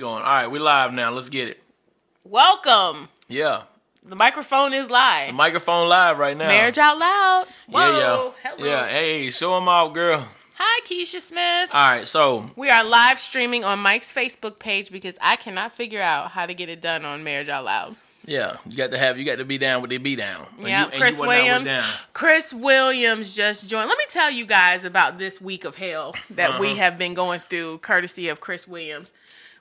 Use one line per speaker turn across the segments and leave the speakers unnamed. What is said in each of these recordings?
going. All right, we live now. Let's get it.
Welcome.
Yeah.
The microphone is live.
Microphone live right now.
Marriage out loud. Whoa.
Yeah, yeah.
Hello.
Yeah. Hey, show them out, girl.
Hi, Keisha Smith.
All right, so
we are live streaming on Mike's Facebook page because I cannot figure out how to get it done on Marriage Out Loud.
yeah, you got to have you got to be down with the be down. And
Yeah,
you- and you
Chris
were down with
Williams.
down.
Chris Williams just joined. Let me tell you guys about this week of hell that
Uh-huh.
we have been going through, courtesy of Chris Williams.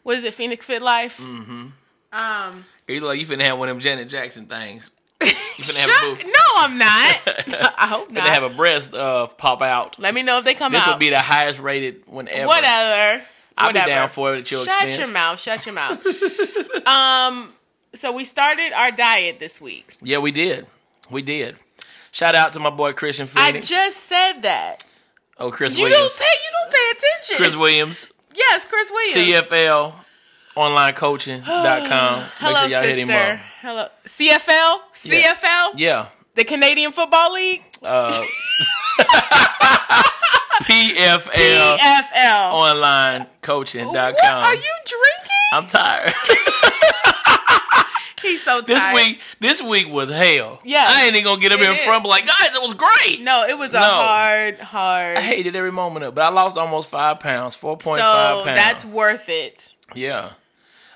What is it, Phoenix Fit Life?
Mm-hmm.
Um,
You look like you finna have one of them Janet Jackson things. You finna have a
Shut-
boob.
no, I'm not. I hope
Finna
not.
have a breast uh, pop out.
Let me know if they come
This
out.
will be the highest rated whenever.
Whatever.
I'll be
Whatever.
down for it at your
Shut
expense.
your mouth. Shut your mouth. um, so we started our diet this week.
Yeah, we did. We did. Shout out to my boy Christian Phoenix.
I just said that.
oh, Chris
You
Williams.
don't pay. You don't pay attention.
Chris Williams.
yes, Chris Williams.
CFL onlinecoaching.com. Make
Hello,
sure y'all
sister.
hit him up.
Hello, CFL. CFL.
Yeah.
The Canadian Football League.
Uh, PFL
CFL.
onlinecoaching.com.
What are you drinking?
I'm tired.
He's so tired.
this week this week was hell.
Yeah.
I ain't even gonna get up
It
in
is.
front and be like, guys, it was great.
No, it was a
No.
hard, hard.
I hated every moment of it, but I lost almost five pounds, four
so
point five pounds.
that's worth it.
Yeah.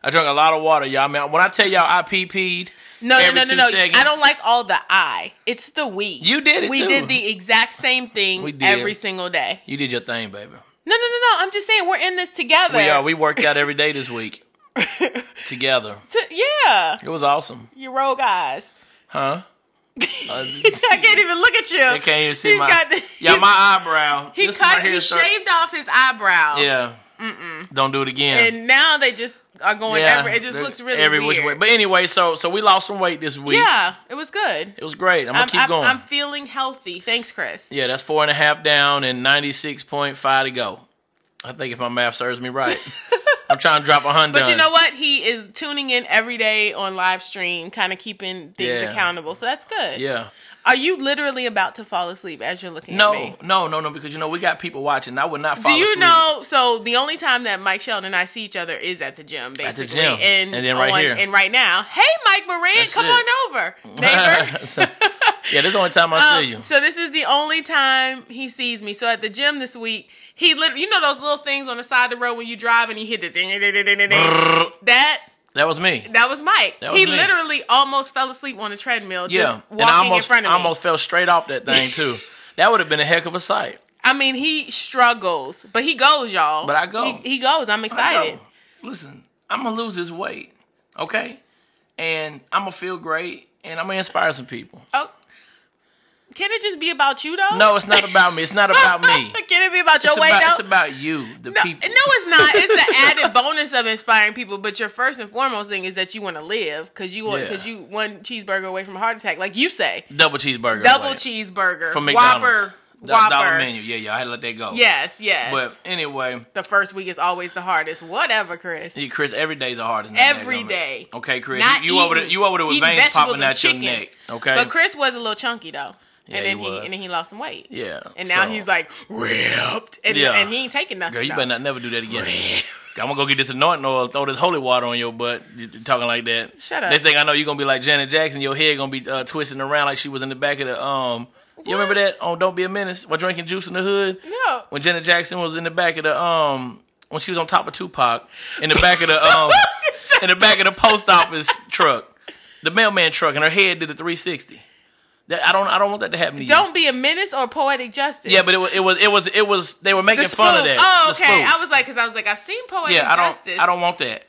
I drank a lot of water, y'all. I mean, when I tell y'all I PP'd,
No,
every
no, no,
two
no, no.
seconds.
I don't like all the I. It's the we.
You did it
We
too.
did the exact same thing
We did.
every single day.
You did your thing, baby.
No, no, no, no. I'm just saying we're in this together.
We uh, we worked out every day this week together.
T- yeah,
It was awesome,
you rogue eyes.
huh? Uh,
I can't even look at you.
I can't even see
He's
my
got the-
yeah my eyebrow.
He
This one
cut.
right here
he
is start-
shaved off his eyebrow.
Yeah. Mm-mm. Don't do it again.
And now they just are going.
yeah,
every, it just
the-
looks really
every
weird.
which way. But anyway, so so we lost some weight this week.
yeah, it was good.
It was great. I'm gonna
I'm,
keep
I'm-
going.
I'm feeling healthy. Thanks, Chris.
Yeah, that's four and a half down and ninety six point five to go. I think if my math serves me right, I'm trying to drop a hundred.
But you know what? He is tuning in every day on live stream, kind of keeping things
Yeah.
accountable. So that's good.
Yeah.
Are you literally about to fall asleep as you're looking at me?
No, no, no, no. Because you know we got people watching. I would not. Fall
Do you
asleep.
know? So the only time that Mike Sheldon and I see each other is at the gym, basically.
the gym.
And,
And then right
on-
here.
And right now, hey, Mike Moran,
That's
come
it.
on over, neighbor.
So- yeah, this is the only time I see you.
Um, so this is the only time he sees me. So at the gym this week, he literally, you know those little things on the side of the road when you drive and you hit the ding, ding, ding, ding, ding, ding.
Brrr.
that
That was me.
that was Mike.
That was
he
me.
literally almost fell asleep on the treadmill,
Yeah,
just walking
and I almost,
in front of
I
me.
almost fell straight off that thing too. that would have been a heck of a sight.
I mean, he struggles, but he goes, y'all.
But I go.
He, he goes. I'm excited.
Yo, listen, I'm gonna lose this weight, okay, and I'm gonna feel great, and I'm gonna inspire some people.
Oh, can it just be about you though?
No, it's not about me. It's not about me.
can it be about your
It's
weight
about, it's
though?
about you, the
no,
people.
no, it's not. It's the added bonus of inspiring people. But your first and foremost thing is that you want to live because you want
Yeah.
because you one cheeseburger away from a heart attack, like you say,
Double cheeseburger.
double
away.
cheeseburger
from McDonald's.
Whopper,
Do- Dollar
Whopper.
menu. Yeah, yeah. I had to let that go.
Yes, yes.
But anyway,
the first week is always the hardest. Whatever, Chris.
see, Chris, every day's the hardest.
Every
Dadgummit.
day.
Okay, Chris.
Not
you you over there,
eating-
you over there with
eating
veins
vegetables
popping
and
out your
chicken.
neck. Okay.
But Chris was a little chunky though.
Yeah,
and then
he
he,
was.
and then he lost some weight.
yeah.
And now
so-
he's like ripped, and,
Yeah.
and he ain't taking nothing.
Girl, you
though.
better not never do that again. I'm gonna go get this anointing oil, throw this holy water on your butt. You you talking like that?
Shut up.
Next thing I know, you're gonna be like Janet Jackson. Your head gonna be uh, twisting around like she was in the back of the um. You remember that on Don't Be a Menace while drinking juice in the hood?
No.
When Janet Jackson was in the back of the um, when she was on top of Tupac in the back of the um, in the back of the post office truck, the mailman truck, and her head did a 360. That, I don't, I don't want that to happen to you.
Don't be a menace or poetic justice.
Yeah, but it was, it was, it was, it was. They were making fun of that.
spoof. Oh,
The
okay.
spoof
I was like, because I was like, I've seen poetic
yeah, I don't,
justice.
I don't want that.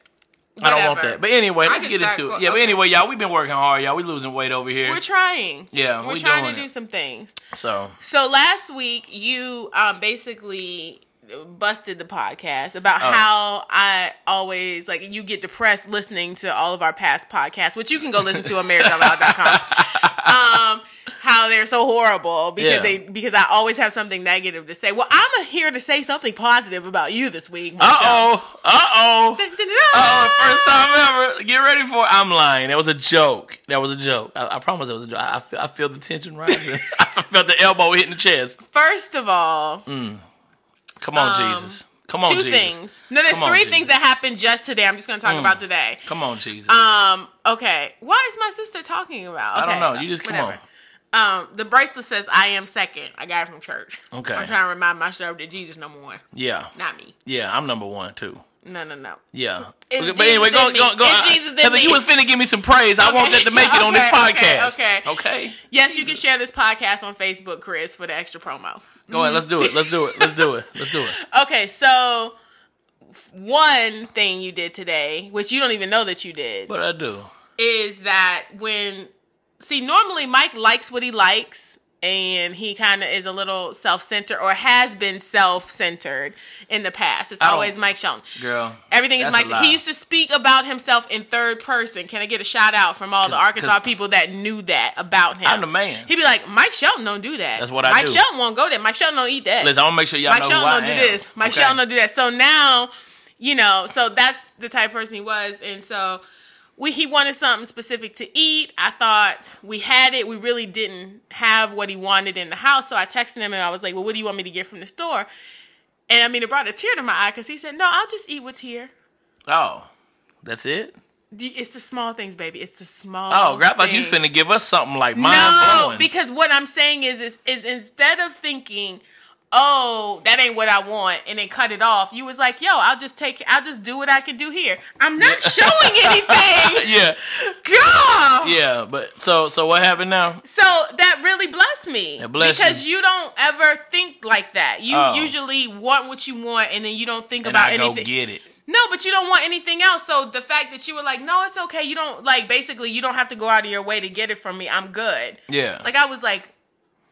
I don't want
Whatever.
that. But anyway, let's
can
get
start
into
for-
it. Yeah, but
okay.
anyway, y'all, we've been working hard, y'all. We losing weight over here.
We're trying.
Yeah,
we're
we
trying
doing
to do
it.
some things.
so
So last week you um basically busted the podcast about
Oh.
how I always like you get depressed listening to all of our past podcasts, which you can go listen to on marriagealoud.com. um how they're so horrible because
Yeah.
they because I always have something negative to say. Well, I'm here to say something positive about you this week.
Uh oh. Uh oh.
Oh,
Oh, first time ever. Get ready for it. I'm lying. That was a joke. That was a joke. I, I promise that was a joke. I, I, feel, I feel the tension rising. I felt the elbow hitting the chest.
First of all,
Come on,
Um,
Jesus. Come on,
two
Jesus.
things. No, there's
Oh, Come on, Mm.
three
Jesus.
things that happened just today. I'm just going to talk about today.
Come on, Jesus.
Um, okay. What is my sister talking about?
I
Okay.
don't know. You just come
whatever. Um, the bracelet says I am second. I got it from church.
Okay.
I'm trying to remind myself that Jesus number one,
Yeah,
not me.
yeah. I'm number one too.
No, no, no.
Yeah.
It's
Okay,
Jesus in me. It's Jesus in
uh, Heather,
me.
you was finna give me some praise. I want that to make it on this
Okay,
podcast.
okay, okay.
Okay.
Yes, you can share this podcast on Facebook, Chris, for the extra promo.
Go ahead. Let's do it. Let's do it. Let's do it. Let's do it.
Okay, so f- one thing you did today, which you don't even know that you did,
What I do?
is that when see normally Mike likes what he likes and he kind of is a little self-centered or has been self-centered in the past. It's
don't-
always Mike Schoen.
Girl.
Everything is
Oh. that's a
Mike. Schoen.
lie.
He used to speak about himself in third person. Can I get a shout out from all the
'Cause-
Arkansas
'cause-
people that knew that about him?
I'm the man.
He'd be like, Mike Shelton don't do that.
That's what I
Mike
do.
Shelton won't go there. Mike Shelton don't eat that.
Listen, I want to make sure y'all
Mike
know
Shelton
who I
don't do
am.
this. Mike
okay?
Shelton don't do that. So now, you know, so that's the type of person he was, and so we he wanted something specific to eat. I thought we had it. We really didn't have what he wanted in the house, so I texted him and I was like, "Well, what do you want me to get from the store?" And I mean, it brought a tear to my eye because he said, "No, I'll just eat what's here."
Oh, that's it.
Do- It's the small things, baby. It's the small.
Oh, girl, I thought you
things.
finna give us something like mind
no,
blowing.
because what I'm saying is, is, is instead of thinking, oh, that ain't what I want, and then cut it off, you was like, yo, I'll just take, I'll just do what I can do here. I'm not showing anything.
yeah,
God.
yeah. But so, so what happened now?
So that really blessed me
It blessed
because
you.
you. don't ever think like that. You
Oh.
usually want what you want, and then you don't think
And
about
I go
anything.
get it.
No, but you don't want anything else. So the fact that you were like, no, it's okay. You don't like basically you don't have to go out of your way to get it from me. I'm good.
Yeah.
Like I was like,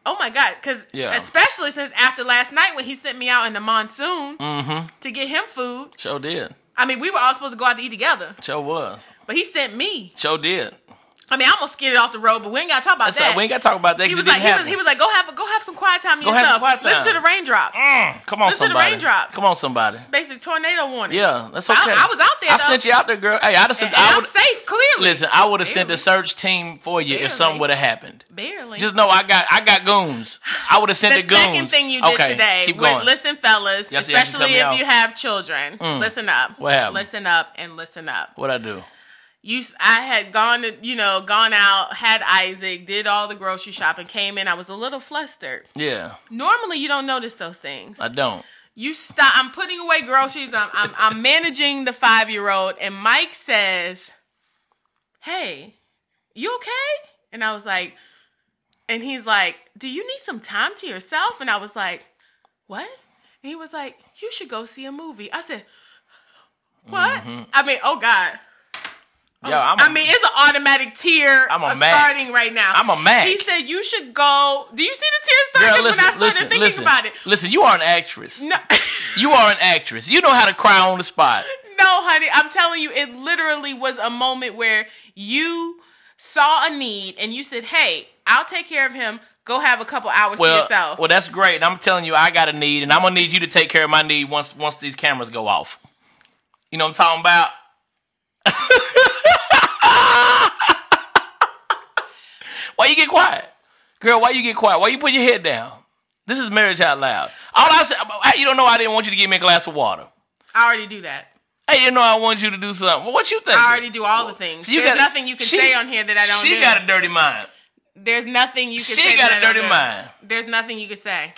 oh my god, because
Yeah.
especially since after last night when he sent me out in the monsoon
Mm-hmm.
to get him food.
Show did.
I mean, we were all supposed to go out to eat together,
Show was.
but he sent me.
Show did.
I mean, I almost skidded off the road, but we ain't gotta talk about
That's
that.
we ain't got to talk about that
he
'cause
was
it
like,
didn't
he was,
happen.
he was like, go have a go have some quiet time
Go have
yourself.
some quiet time.
Listen to the raindrops.
Mm, come on,
Listen to the
somebody.
raindrops.
Come on, somebody.
Basic tornado warning.
Yeah, that's
I-
okay.
I was out there,
I
though.
sent you out there, girl. Hey, I'd have sent.
And
I
I'm
would
safe, clearly.
listen. I would have sent the
Barely.
search team for you if something
Barely.
would have happened.
Barely.
Just know I got I got goons. I would have sent the,
the second
goons.
thing you did
okay,
today.
Keep
with-
going.
listen, fellas,
Y'all see how she cut
especially
me
if
off? Mm.
you have children, listen up.
What happened?
Listen up and listen up.
What I do?
You, s- I had gone, to, you know, gone out, had Isaac, did all the grocery shopping, came in. I was a little flustered.
Yeah,
Normally, you don't notice those things.
I don't.
You stop. I'm putting away groceries. I'm, I'm, I'm managing the five year old, and Mike says, "Hey, you okay?" And I was like, and he's like, "Do you need some time to yourself?" And I was like, "What?" And he was like, "You should go see a movie." I said, "What?" I mean, oh God.
Yo, I'm.
Oh, I mean, it's an automatic tear
I'm a
uh,
Mac.
starting right now.
I'm a Mac.
He said, "You should go." Do you see the
girl,
tears starting
listen,
when I started
listen,
thinking
listen,
about it?
listen. You are an actress.
No.
You are an actress. You know how to cry on the spot.
No, honey, I'm telling you, it literally was a moment where you saw a need and you said, "Hey, I'll take care of him. Go have a couple hours to
Well,
yourself."
well, that's great. I'm telling you, I got a need, and I'm gonna need you to take care of my need once once these cameras go off. You know what I'm talking about? why you get quiet, girl? Why you get quiet? Why you put your head down? This is marriage out loud. All I said, you don't know, I didn't want you to give me a glass of water.
I already do that.
I didn't know I wanted you to do something. Well, what you think?
I already do all the things.
So you
There's
gotta-
nothing you can
she-
say on here that I don't
She
do.
got a dirty mind.
There's nothing you can
She
say.
got
that
a
I don't
dirty
do.
mind.
There's nothing you can say.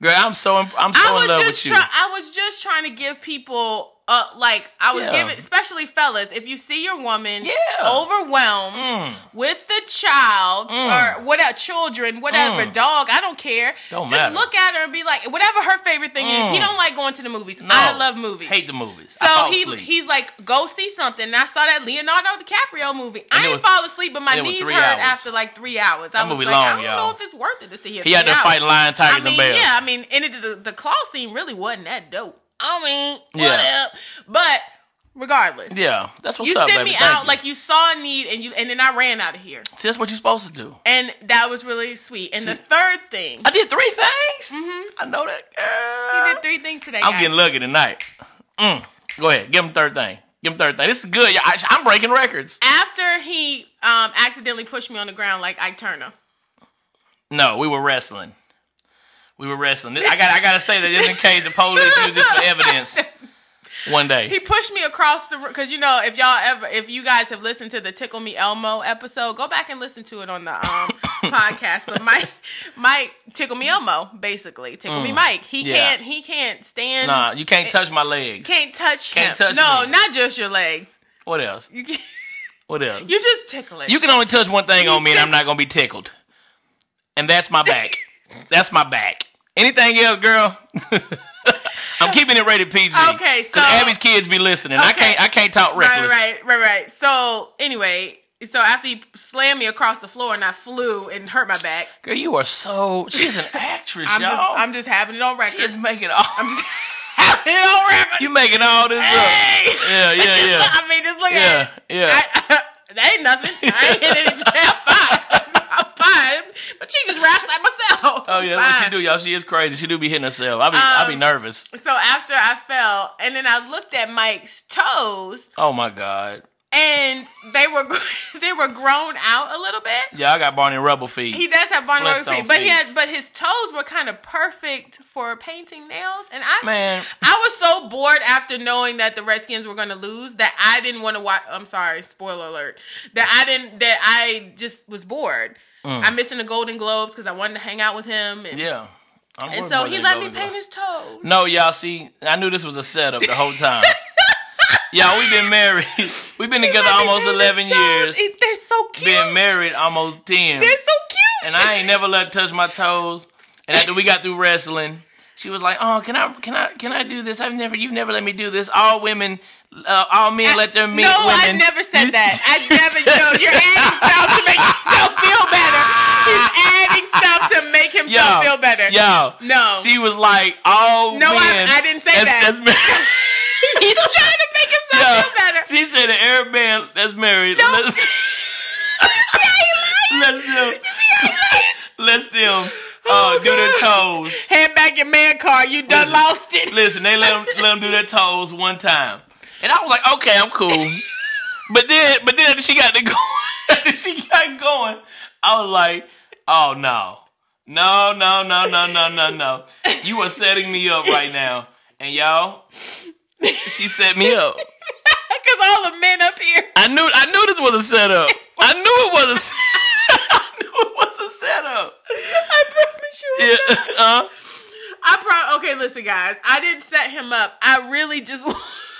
Girl, I'm so imp- I'm so
I was
in love
just
with you.
try- I was just trying to give people uh like I was
Yeah.
giving especially fellas, if you see your woman
Yeah. Mm.
overwhelmed with the child or whatever children, whatever dog, I don't care.
Mm. Don't
just
matter. Mm.
look at her and be like whatever her favorite thing is. He don't like going to the movies.
No.
I love movies.
Hate the movies. I
so
fall
he
asleep.
he's like, go see something. And I saw that Leonardo DiCaprio movie. I
And it
didn't
was-
fall asleep, but my
and it was
knees
three
hurt
hours.
after like three hours. I was
movie
like,
long,
I don't
y'all.
know if it's worth it to see here.
He out there
hours.
fighting lion tigers
I mean,
and bears.
yeah, I mean, and it, the, the claw scene really wasn't that dope. I mean,
Yeah.
what up? But regardless,
Yeah, that's what's
you
up,
sent
baby.
me
Thank
out
you.
like you saw a need, and you and then I ran out of here,
See, that's what you're supposed to do.
and that was really sweet. And the
See-
third thing,
I did three things. Mm-hmm. I know that. Girl.
I did three things today.
I'm
guys.
getting lucky tonight. Mm. Go ahead, give him third thing. Give him third thing. This is good. y'all. I, I'm breaking records.
After he um accidentally pushed me on the ground like Ike Turner.
No, we were wrestling. we were wrestling. This- I got I gotta say that just in case the police use this for evidence one day.
He pushed me across the because you know if y'all ever if you guys have listened to the Tickle Me Elmo episode, go back and listen to it on the um, podcast. But Mike, Mike Tickle Me Elmo basically Tickle Me Mike. He
Mm. Yeah.
can't he can't stand.
Nah, you can't touch my legs.
Can't touch
Can't touch
him. no,
me.
not just your legs.
What else?
You can't,
What else? You,
you just tickle it.
can only touch one thing on me, and
said-
I'm not gonna be tickled. And that's my back. that's my back. Anything else, girl? I'm keeping it rated PG.
Okay, so-
Abby's kids be listening. I
Okay.
can't I can't talk reckless.
Right, right, right, right. So anyway, so after he slammed me across the floor and I flew and hurt my back,
Girl, you are so she's an actress,
I'm
y'all.
just I'm just having it on
she
record.
is making all
having it on record.
you making all this
Hey!
up. Yeah, yeah, yeah.
I mean, just look at
Yeah,
it.
yeah.
I, that ain't nothing. I ain't hit anything. I'm fine. I'm fine. But she just raps like myself.
Oh yeah, that's what she do, y'all. She is crazy. She do be hitting herself. I be, I be
Um,
nervous.
So after I fell, and then I looked at Mike's toes,
Oh my god,
and they were they were grown out a little bit.
yeah, I got Barney Rubble feet.
He does have Barney Rubble
Flintstone
feet, but he
feet.
had but his toes were kind of perfect for painting nails, and I
Man,
I was so bored after knowing that the Redskins were going to lose that I didn't want to watch. I'm sorry, spoiler alert. That I didn't. That I just was bored. I'm missing the Golden Globes because I wanted to hang out with him.
Mm.
And,
yeah. I'm
and
worried
so
more
he
than
let
Golden
me paint
Globe.
his toes.
No, y'all. See, I knew this was a setup the whole time. y'all, we've been married. We've been together
Let me
almost
paint his
eleven years.
toes. It- they're so cute.
Been married almost ten.
They're so cute.
and I ain't never let her touch my toes. And after we got through wrestling, she was like, "Oh, can I, can I, can I do this? I've never, you've never let me do this. All women, uh, all men let their men."
No, I
women.
never said
You-
that. I never. Yo, you're adding stuff to make yourself feel better. He's adding stuff to make himself
Yo,
feel better.
Yo,
No.
she was like, "All
No, I-
men."
I didn't say that. He's trying to make himself
Yo,
feel better.
She said, that "Every man that's married,
No.
let's, let's them, let's them uh,
Oh,
do their
God.
toes."
Hand back your man card. You done
Listen.
lost it.
Listen, they let them, let 'em do their toes one time, and I was like, okay, I'm cool. But then, but then after she got to go, after she got going, I was like, oh no, no, no, no, no, no, no, no. You are setting me up right now, and y'all, she set me up.
Because all the men up here.
I knew, I knew this was a setup. I knew it was a, s- I knew it was a setup.
I promise you.
Yeah, uh,
I pro. Okay, listen, guys. I didn't set him up. I really just.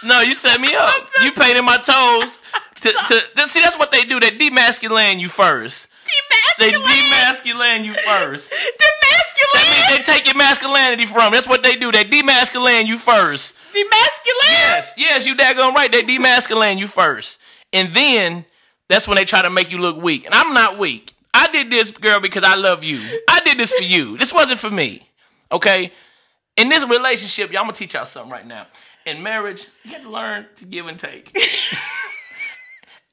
No, you set me up. You painted my toes. To, to, to- see, that's what they do. They demasculine you first. They
demasculine.
demasculine you first. I
Demasculine.
mean, they take your masculinity from. That's what they do. They demasculine you first.
Demasculine.
Yes, yes, you daggone right. They demasculine you first, and then that's when they try to make you look weak. And I'm not weak. I did this, girl, because I love you. I did this for you. This wasn't for me. Okay. In this relationship, y'all, I'm gonna teach y'all something right now. In marriage, you have to learn to give and take.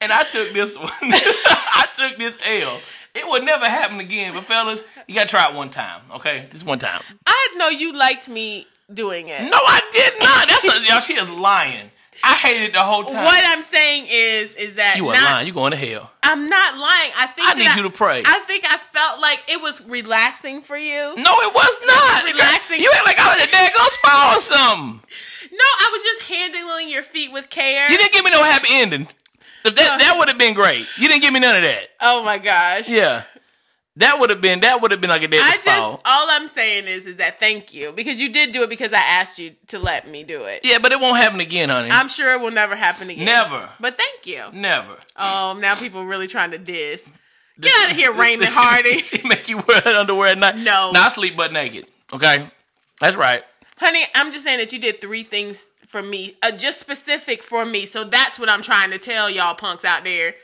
and I took this one. I took this L. It would never happen again. But fellas, you gotta try it one time. Okay, just one time.
I know you liked me doing it.
No, I did not. That's a, y'all. She is lying. I hated it the whole time.
What I'm saying is, is that
You are
not,
lying. You going to hell.
I'm not lying. I think
I
that
need you to pray.
I think I felt like it was relaxing for you.
No, it was not.
Relaxing.
You act like I was a daggone spa or something.
No, I was just handling your feet with care.
You didn't give me no happy ending. If that that would have been great. You didn't give me none of that.
oh my gosh.
Yeah. That would have been that would have been like a
I
dead
just
spa.
all I'm saying is is that thank you because you did do it because I asked you to let me do it.
Yeah, but it won't happen again, honey.
I'm sure it will never happen again.
Never.
But thank you.
Never.
Um, now people really trying to diss. Get out of here, Raymond
She-
Hardy.
She make you wear that underwear at night.
No.
Now I sleep butt naked. Okay? That's right.
Honey, I'm just saying that you did three things for me, uh, just specific for me. So that's what I'm trying to tell y'all punks out there,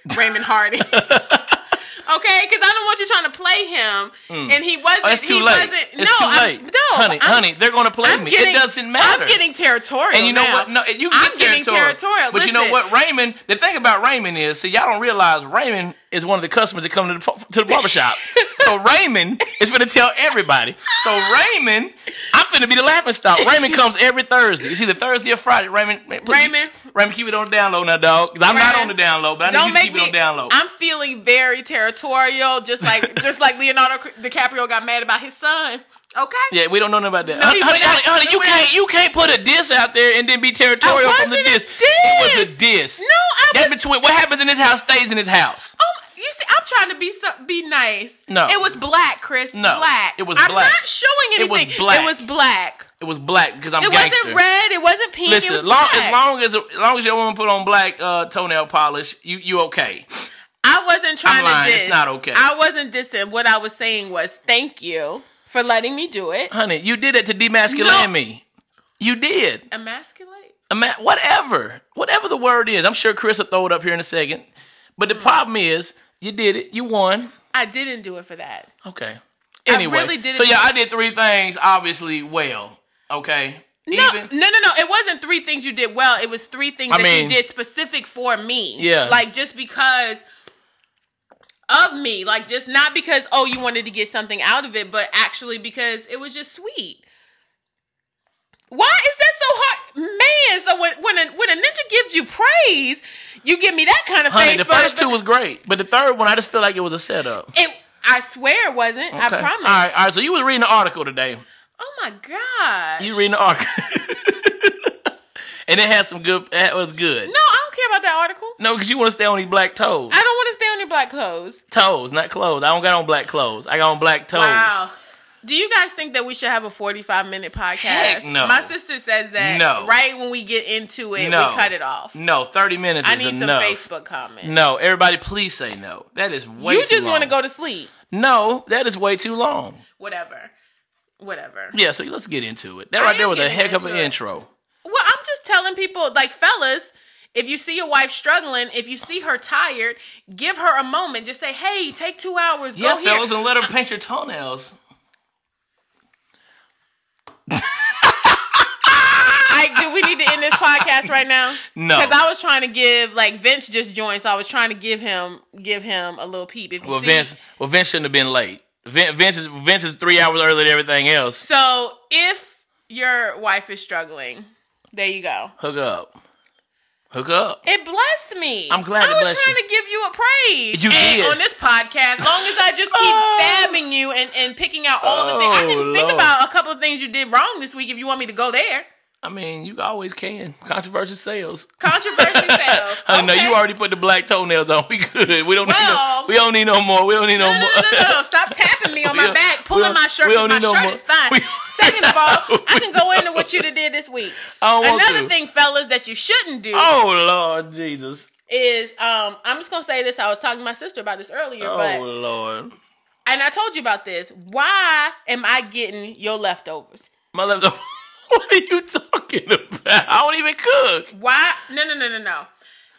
Raymond Hardy. okay, because I don't want you trying to play him, and he wasn't.
Oh, it's too
he
late.
Wasn't,
It's
no,
too late.
I'm, no,
honey,
I'm-
honey, they're gonna play
I'm
me.
getting-
it doesn't matter.
I'm getting territorial.
And you know
now.
what? No, and you
I'm
can get
getting
territorial.
territorial.
But you know
Listen.
what? Raymond. The thing about Raymond is, see, y'all don't realize Raymond is one of the customers that come to the pu- to the barbershop. so Raymond is going to tell everybody. So Raymond, I'm finna be the laughing stock. Raymond comes every Thursday. It's either Thursday or Friday. Raymond, man, please-
Raymond.
Raymond, keep it on the download now, dog. Because I'm not on the
Raymond,
download, but I need
Don't
you to
make
keep
me.
it on download.
I'm feeling very territorial, just like just like Leonardo DiCaprio got mad about his son. Okay.
Yeah, we don't know nothing about that.
No,
honey,
he
honey,
went out-
honey, honey,
he
you
went
can't you can't put a diss out there and then be territorial
I
from the
wasn't a
diss. It was
diss.
a diss.
No, I
That's
was.
between what happens in this house stays in this house.
Oh, my- you see, I'm trying to be so, be nice.
No.
it was black, Chris.
No,
black.
it was
I'm
black.
not showing
It was
anything.
black.
It was black.
It was black because I'm
It
gangster.
wasn't red. It wasn't pink.
Listen,
it was
long,
black.
as long as as long as your woman put on black uh, toenail polish, you you okay.
I wasn't trying
I'm lying.
to diss.
It's not okay.
I wasn't dissing. What I was saying was, thank you for letting me do it.
Honey, you did it to demasculate
No.
me. You did.
Emasculate.
Ima- whatever, whatever the word is. I'm sure Chris will throw it up here in a second. But
Mm.
the problem is, you did it. You won.
I didn't do it for that.
Okay. Anyway,
really didn't
so yeah,
do-
I did three things obviously well. Okay.
No, no, no, no. It wasn't three things you did well. It was three things
I
that
mean-
you did specific for me.
Yeah.
Like just because of me. Like just not because, oh, you wanted to get something out of it, but actually because it was just sweet. Why is that so hard? Man, so when when a, when a ninja gives you praise, you give me that kind of
honey,
face
the
first,
first two
but
was great, but the third one, I just feel like it was a setup.
it I swear it wasn't. I
Okay.
promise.
All right, all right. So you was reading the article today.
Oh my god.
You reading the article, and it had some good. It was good.
No, I don't care about that article.
No, because you want to stay on these black toes.
I don't want to stay on your black clothes.
toes, not clothes. I don't got on black clothes. I got on black toes.
Wow. Do you guys think that we should have a 45 minute podcast?
Heck no.
My sister says that
No.
right when we get into it,
No.
we cut it off.
No, thirty minutes
I
is
need some
enough.
Facebook comments.
No, everybody, please say no. That is way.
you just
want
want to go to sleep.
No, that is way too long.
Whatever. Whatever.
Yeah, so let's get into it. That
I
right
am
there was a
getting
heck of an
into it.
intro.
Well, I'm just telling people, like, fellas, if you see your wife struggling, if you see her tired, give her a moment. Just say, hey, take two hours.
Yeah,
go here.
fellas, and let her paint your toenails.
Ike, do we need to end this podcast right now?
No.
because I was trying to give like Vince just joined, so I was trying to give him give him a little peep. If you
Well,
see,
Vince, well, Vince shouldn't have been late. Vin- Vince is Vince is three hours early than everything else.
so if your wife is struggling, there you go.
Hook up, hook up.
It blessed me.
I'm glad
I
it
was
blessed
trying to give you a praise.
You
and
did.
on this podcast. As long as I just keep
Oh.
stabbing you and, and picking out all the things, I
Oh,
can think
Lord.
about a couple of things you did wrong this week. If you want me to go there,
I mean, you always can. Controversial sales.
controversy sales.
I know
Okay.
you already put the black toenails on. We good. We don't. need
Well-
no, we don't need no more. We don't need no,
No, no,
more.
no, no, no, no. Stop tapping me on
We
my
don't-
back,
we
pulling
don't-
my shirt.
we don't
My
need no
shirt
more.
is fine.
We-
Second of all, I
We
can go into what you done did this week.
I don't want
Another
to.
thing, fellas, that you shouldn't do
Oh Lord Jesus.
is um, I'm just gonna say this. I was talking to my sister about this earlier,
Oh
but
Lord.
and I told you about this. Why am I getting your leftovers?
My left. What are you talking about? I don't even cook.
Why? No, no, no, no, no.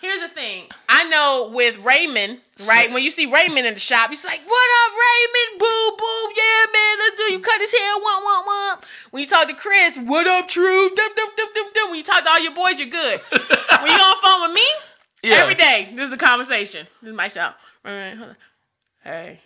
Here's the thing. I know with Raymond, right? When you see Raymond in the shop, he's like, "What up, Raymond? Boom, boom, yeah, man, let's do." You cut his hair, womp, womp, womp. When you talk to Chris, "What up, True?" Dum, dum, dum, dum, dum. When you talk to all your boys, you're good. when you on the phone with me,
Yeah.
every day, this is a conversation. This is my shop. All right, hold on. Hey.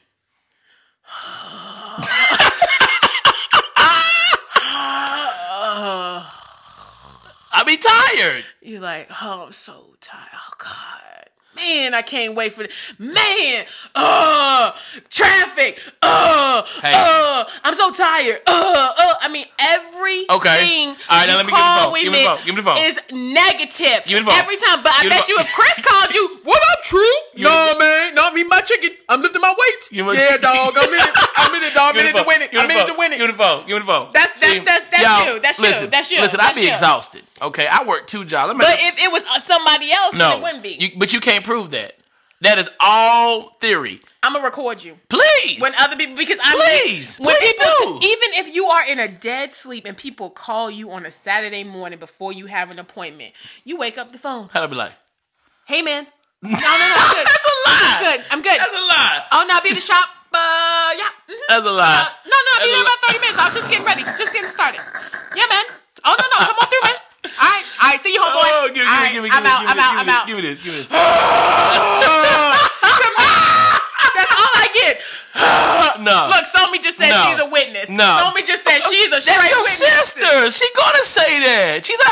I be tired.
You're like, oh, I'm so tired. Oh God, man, I can't wait for this. Man, uh, traffic. Uh,
Hey.
uh, I'm so tired. Uh, uh. I mean, everything.
Okay. All right, now
you
let me get the
call
phone. Give me the
women
phone. Give me the phone.
Is negative.
Give me the phone.
Every time, but I
Give me the
bet
phone.
you, if Chris called you, what up, true?
me
no,
the-
man, not me, my chicken. I'm lifting my weights.
Give me the-
yeah, dog. I'm in it. I'm in it, dog. I'm in it to win it. I'm in it to win it.
Uniform. Uniform.
That's- that's- that's- that's you. That's you.
listen,
That's you.
Listen,
That's
I be
you.
exhausted. Okay, I work two jobs. I'm
But if it was uh, somebody else, then
no,
it wouldn't be.
You, but you can't prove that. That is all theory.
I'm gonna record you.
Please.
when other people because I'm
Please,
when
please
people-
do.
even if you are in a dead sleep and people call you on a Saturday morning before you have an appointment, you wake up the phone.
How'd I be like?
Hey man, no no no, I'm good.
That's a lie.
I'm good. I'm good.
That's a lie.
Oh no, I'll be in the shop. Uh, yeah. mhm.
That's a
Uh,
lie.
no no, I'll be
That's a
there in about thirty minutes. I was just getting ready, just getting started. Yeah man. Oh no no, come on through man. All right, all right. See you,
Oh,
homeboy.
give me,
All right,
give me, give me,
I'm
give me,
out.
give
I'm
me,
out. I'm out.
give me this, give me this.
That's all I get.
No.
Look, Somi just said
No.
she's a witness.
No.
Somi just said she's a straight
That's your
witness.
sister. She gonna say that. She's a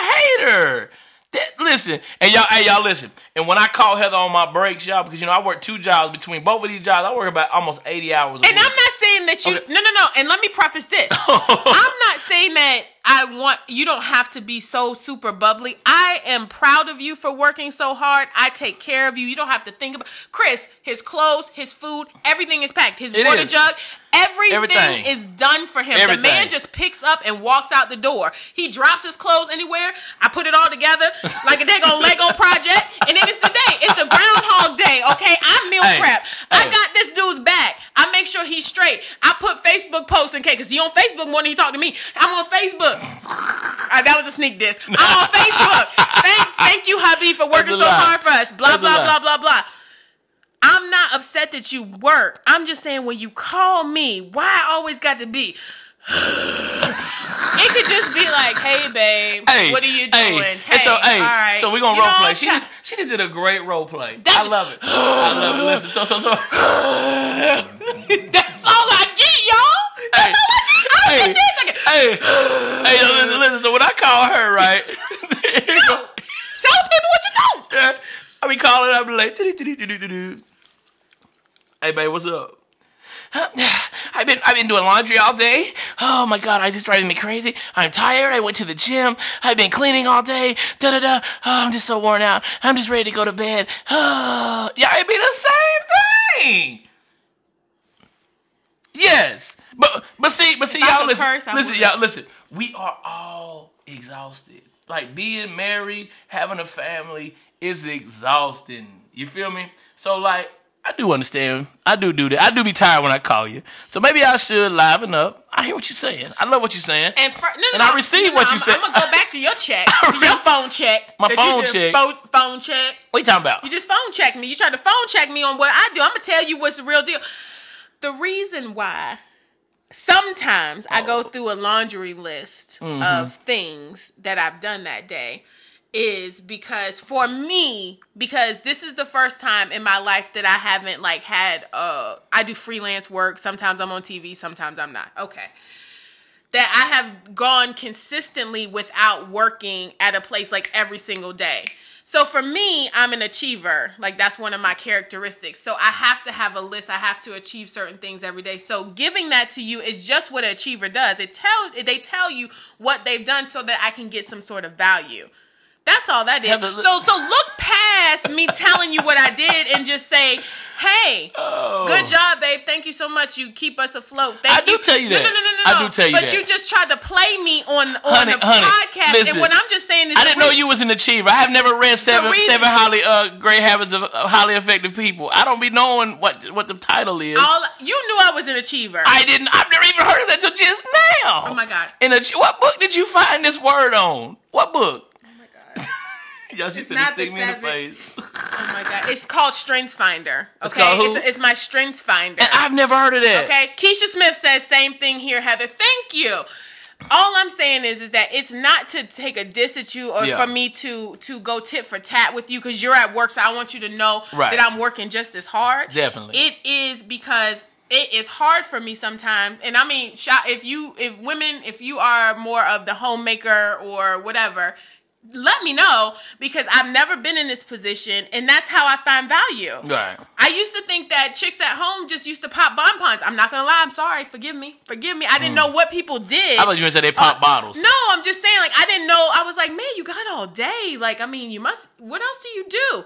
hater. That, listen, and y'all, hey y'all, listen. And when I call Heather on my breaks, y'all, because you know I work two jobs between both of these jobs, I work about almost eighty hours. A
And I'm
week.
not saying that you.
Okay.
No, no, no. And let me preface this. I'm not saying that I want you don't have to be so super bubbly. I am proud of you for working so hard. I take care of you. You don't have to think about Chris. His clothes, his food, everything is packed. His
It
water
is.
jug, everything,
Everything.
is done for him. The man
Everything.
just picks up and walks out the door. He drops his clothes anywhere. I put it all together like a daggone Lego project, and then it's the day. It's a Groundhog Day. Okay, I meal
Hey,
prep. I
hey.
got this dude's back. I make sure he's straight. I put Facebook posts in case because he on Facebook more than he talk to me. I'm on Facebook. Ah, that was a sneak diss. I'm on Facebook. Thanks, thank you, hubby, for working
That's a
so
lie.
hard for us. Blah
That's a
blah
lie.
blah blah blah. I'm not upset that you work. I'm just saying when you call me, why I always got to be. it could just be like, "Hey, babe,
Hey,
what are you doing?"
hey,
Hey,
and so, hey,
all right.
so we gonna
You know,
role play.
I'm
She
try-
just, she just did a great role play.
That's-
I love it. I love it. Listen, so, so, so.
that's all Oh, I get, y'all. That's
Hey, hey,
all I get. I don't get this. I get-
hey, hey, yo, listen, listen. So when I call her, right? here
Tell
go-
people what you do.
yeah, I be calling up like, "Do-do-do-do-do-do-do." hey, babe, what's up? I've been I've been doing laundry all day. Oh my god, I just driving me crazy. I'm tired. I went to the gym. I've been cleaning all day. Da da da. Oh, I'm just so worn out. I'm just ready to go to bed. Oh, yeah, it'd be the same thing. Yes, but but see, but see,
I
y'all
could
listen.
curse, I
listen,
would.
y'all listen. We are all exhausted. Like being married, having a family is exhausting. You feel me? So like, I do understand. I do do that. I do be tired when I call you. So maybe I should liven up. I hear what you're saying. I love what you're saying.
And, for, no, no,
And
no,
I receive
no,
what
no,
you said.
I'm, I'm gonna go back to your check, to your phone check.
My
that
phone
you just
check.
Phone, phone check.
what you talking about?
You just phone check me. You tried to phone check me on what I do. I'm gonna tell you what's the real deal. The reason why sometimes I go through a laundry list of things that I've done that day is because for me because this is the first time in my life that I haven't like had uh I do freelance work sometimes I'm on TV sometimes I'm not okay that I have gone consistently without working at a place like every single day. So for me, I'm an achiever. Like that's one of my characteristics. So I have to have a list. I have to achieve certain things every day. So giving that to you is just what an achiever does. It tell they tell you what they've done so that I can get some sort of value. That's all that is.
Heather, look-
so so look past me telling you what I did and just say, "Hey, Good job, babe. Thank you so much. You keep us afloat. Thank
Oh. I do
you.
tell you
no,
that.
No, no, no, no,
I
no.
do tell you
but
that.
you just tried to play me on on
Honey,
the
honey,
podcast,
listen.
and what I'm just saying is,
I
the
didn't know
reason-
you was an achiever. I have never read seven
reason-
seven highly uh great habits of, of highly effective people. I don't be knowing what what the title is.
All you knew I was an achiever.
I didn't. I've never even heard of that till just now.
Oh my God.
In a what book did you find this word on? What book?
oh my god.
Y'all, she's gonna
not
stick
the
me in the
seven.
face.
Oh my god. It's called Strengths Finder. Okay. It's,
called who?
It's, my Strengths Finder.
I've never heard of that.
Okay. Keisha Smith says same thing here, Heather. Thank you. All I'm saying is, is that it's not to take a diss at you or
Yeah.
for me to to go tit for tat with you because you're at work, so I want you to know
Right.
that I'm working just as hard.
Definitely.
it is because it is hard for me sometimes, and I mean, sho- if you if women if you are more of the homemaker or whatever. Let me know because I've never been in this position, and that's how I find value.
Right.
I used to think that chicks at home just used to pop bonbons. I'm not gonna lie. I'm sorry. Forgive me. Forgive me. I didn't know what people did.
Hmm. I thought you were gonna say they pop bottles.
Uh, no, I'm just saying. Like I didn't know. I was like, man, you got all day. Like I mean, you must. What else do you do?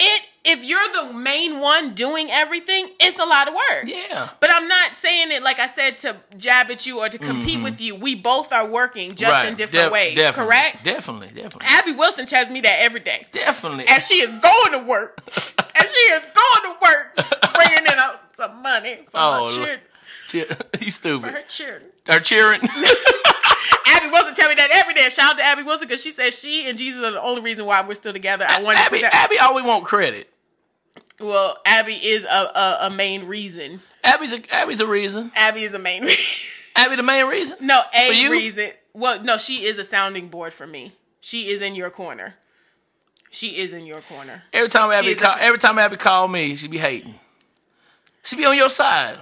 It if you're the main one doing everything, it's a lot of work.
Yeah.
But I'm not saying it like I said to jab at you or to compete with you. We both are working just
Mm-hmm. Right.
in different
Def-
ways.
definitely.
Correct.
Definitely. Definitely.
Abby Wilson tells me that every day
definitely.
and she is going to work. and she is going to work, bringing in uh, some money for
Oh,
her
Lord.
children.
Cheer- you
For
stupid.
her children.
Are cheering?
Abby Wilson tell me that every day. Shout out to Abby Wilson because she said she and Jesus are the only reason why we're still together. I wanted
Abby,
that.
Abby always want credit.
well, Abby is a, a, a main reason.
Abby's a, Abby's a reason.
Abby is a main reason.
Abby the main reason.
No, a
For you?
reason. Well, no, she is a sounding board for me. She is in your corner. She is in your corner.
Every time Abby
She's a-
call, every time Abby call me, she be hating. She be on your side.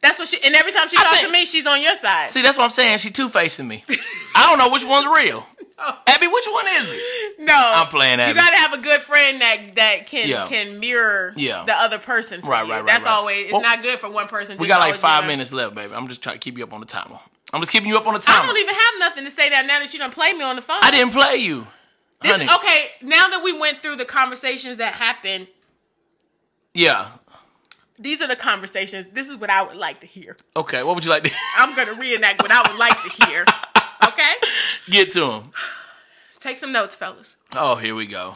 That's what she. And every time she talks
think-
to me, she's on your side.
See, that's what I'm saying. She two facing me. I don't know which one's real. Abby baby, which one is it?
No,
I'm playing
You
Abby.
gotta have a good friend that that can
Yeah.
can mirror
Yeah.
the other person. For
Right,
you.
right, right,
That's
right.
always it's
Well,
not good for one person.
We
just
got like
always
five
being-
minutes left, baby. I'm just trying to keep you up on the timer. I'm just keeping you up on the
I
timer.
don't even have nothing to say that now that you done played me on the phone.
I didn't play you,
This-
honey.
okay, now that we went through the conversations that happened,
Yeah.
these are the conversations. This is what I would like to hear.
Okay. What would you like to
I'm gonna reenact what I would like to hear. Okay,
get to him?
take some notes, fellas.
Oh, here we go.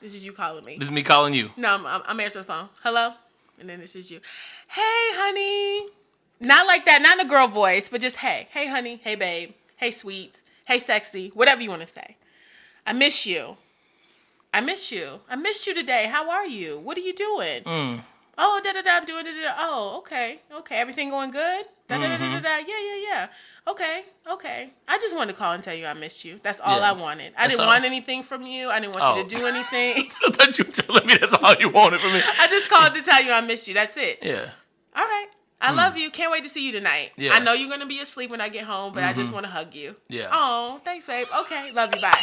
This is you calling me.
This is me calling you.
No, I'm, I'm, I'm answering the phone. Hello? And then this is you. Hey, honey. Not like that, not in a girl voice, but just hey. Hey, honey. Hey, babe. Hey, sweet. Hey, sexy. Whatever you want to say. I miss you. I miss you. I miss you today. How are you? What are you doing?
Mm.
Oh, da da da. I'm doing da da da. Oh, okay. Okay. Everything going good? Da da da
Mm-hmm.
da da. da. Yeah, yeah, yeah. Okay. Okay. I just wanted to call and tell you I missed you. That's all
Yeah.
I wanted. I
That's
didn't
all.
want anything from you. I didn't want you
Oh.
to do anything.
I thought you were telling me that's all you wanted from me.
I just called to tell you I missed you. That's it.
Yeah.
All right. I love you. Can't wait to see you tonight.
Hmm. Yeah. Mm-hmm.
I know you're gonna be asleep when I get home, but I just want to hug you.
Yeah.
Oh, thanks, babe. Okay, love you. Bye.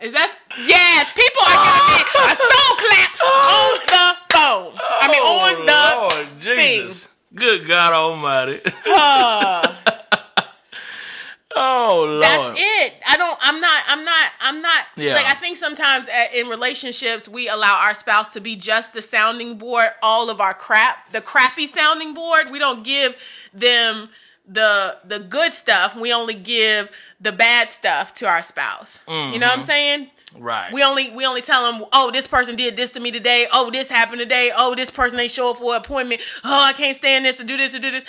Is that yes? People are giving me a soul clap on the phone. I mean, on the
Oh, Lord Jesus. Good God Almighty.
uh,
Oh Lord.
That's it. I don't. I'm not. I'm not. I'm not.
Yeah.
Like I think sometimes uh, in relationships we allow our spouse to be just the sounding board, all of our crap, the crappy sounding board. We don't give them the the good stuff. We only give the bad stuff to our spouse. You
Mm-hmm.
know what I'm saying?
Right.
We only we only tell them, oh, this person did this to me today. Oh, this happened today. Oh, this person ain't show up for an appointment. Oh, I can't stand this to do this to do this.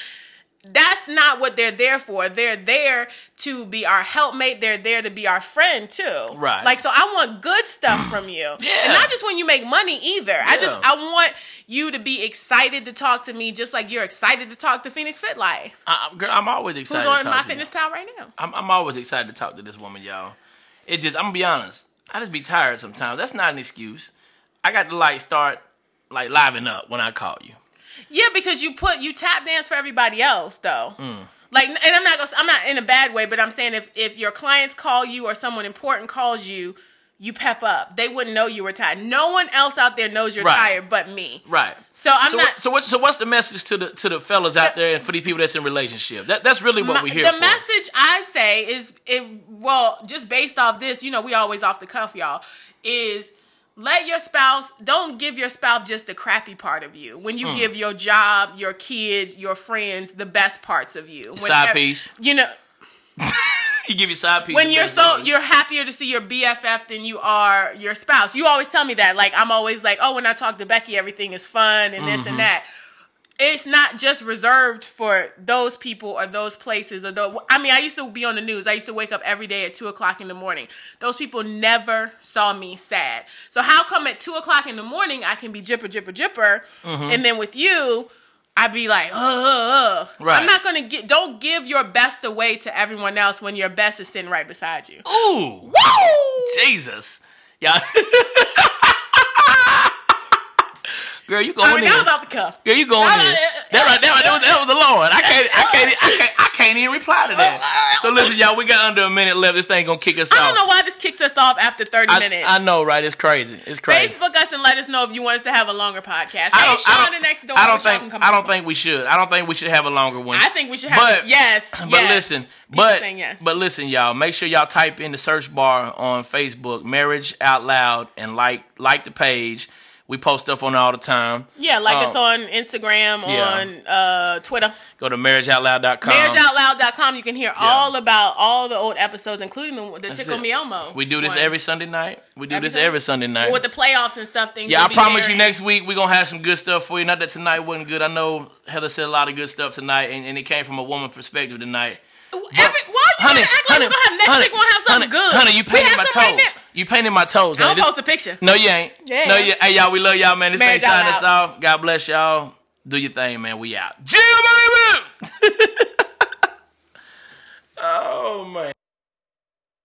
That's not what they're there for. They're there to be our helpmate. They're there to be our friend too.
Right.
Like so, I want good stuff from you,
Yeah.
and not just when you make money either. I just
Yeah.
I want you to be excited to talk to me, just like you're excited to talk to Phoenix Fit Life,
I, I'm, girl, I'm always
who's
excited.
on
to talk
my
to you.
Fitness Pal right now.
I'm, I'm always excited to talk to this woman, y'all. It just, I'm gonna be honest. I just be tired sometimes. That's not an excuse. I got to like start like liven up when I call you.
Yeah, because you put you tap dance for everybody else though.
Mm.
Like, and I'm not gonna, I'm not in a bad way, but I'm saying if if your clients call you or someone important calls you, you pep up. They wouldn't know you were tired. No one else out there knows you're
Right.
tired but me.
Right.
So I'm
so,
not.
what, so what? So what's the message to the to the fellas out there and for these people that's in relationship? That that's really what
my-
we're here
the
for.
message I say is it well, just based off this, you know, we always off the cuff, y'all, is let your spouse don't give your spouse just the crappy part of you. When you
Hmm.
give your job, your kids, your friends the best parts of you. When
Side
ev-
piece.
You know,
you give you side piece.
when
and
you're
best
so
ball.
you're happier to see your BFF than you are your spouse. You always tell me that. Like I'm always like, oh, when I talk to Becky, everything is fun and this
Mm-hmm.
and that. It's not just reserved for those people or those places or though. I mean, I used to be on the news. I used to wake up every day at two o'clock in the morning. Those people never saw me sad. So how come at two o'clock in the morning I can be jipper jipper jipper,
Mm-hmm.
and then with you. I'd be like, uh, ugh.
Right.
I'm not gonna get. Don't give your best away to everyone else when your best is sitting right beside you.
Ooh. Woo! Jesus. Yeah. Girl, you going
I mean,
in.
that was off the cuff.
Girl, you going
That
in.
was-
That right, that right, that was, that was the Lord. I can't, I can't, I can't, I can't even reply to that. So listen, y'all, we got under a minute left. This thing gonna kick us
Oh, I
off.
don't know why this kicks us off after 30
I,
minutes.
I know, right? It's crazy. It's crazy.
Facebook us and let us know if you want us to have a longer podcast.
I
hey,
don't,
Sean
I don't,
the next door.
I don't
y'all
think,
can come
I
on.
don't think we should. I don't think we should have a longer one.
I think we should have.
But-
yes.
But
yes.
listen,
People
but
saying yes.
but listen, y'all. Make sure y'all type in the search bar on Facebook "Marriage Out Loud" and like like the page. We post stuff on it all the time.
yeah, like us
um,
on Instagram,
yeah. Um,
on uh, Twitter,
Go to marriageoutloud.com.
marriageoutloud.com. You can hear all about all the old episodes, including the, the Tickle
it.
Me Elmo.
We do this
one.
every Sunday night. We do
Every
this
Sunday?
every Sunday night.
with the playoffs and stuff. Things
yeah,
will
I
be
promise
there
you,
and-
next week we're gonna have some good stuff for you. Not that tonight wasn't good. I know Heather said a lot of good stuff tonight, and, and it came from a woman perspective tonight.
Every, why you
Honey,
gotta act like
honey,
we're gonna have next
honey,
week? We're gonna have something
honey,
good.
Honey, you
We
painted
have
my
something
tones.
right now.
you painted my toes.
I'll
honey. This-
post a picture.
No, you ain't.
Yeah.
No, you. Hey, y'all, we love y'all, man. This
Man,
ain't
y'all
signing
out.
us off. God bless y'all. Do your thing, man. We out. Jim, baby. oh man.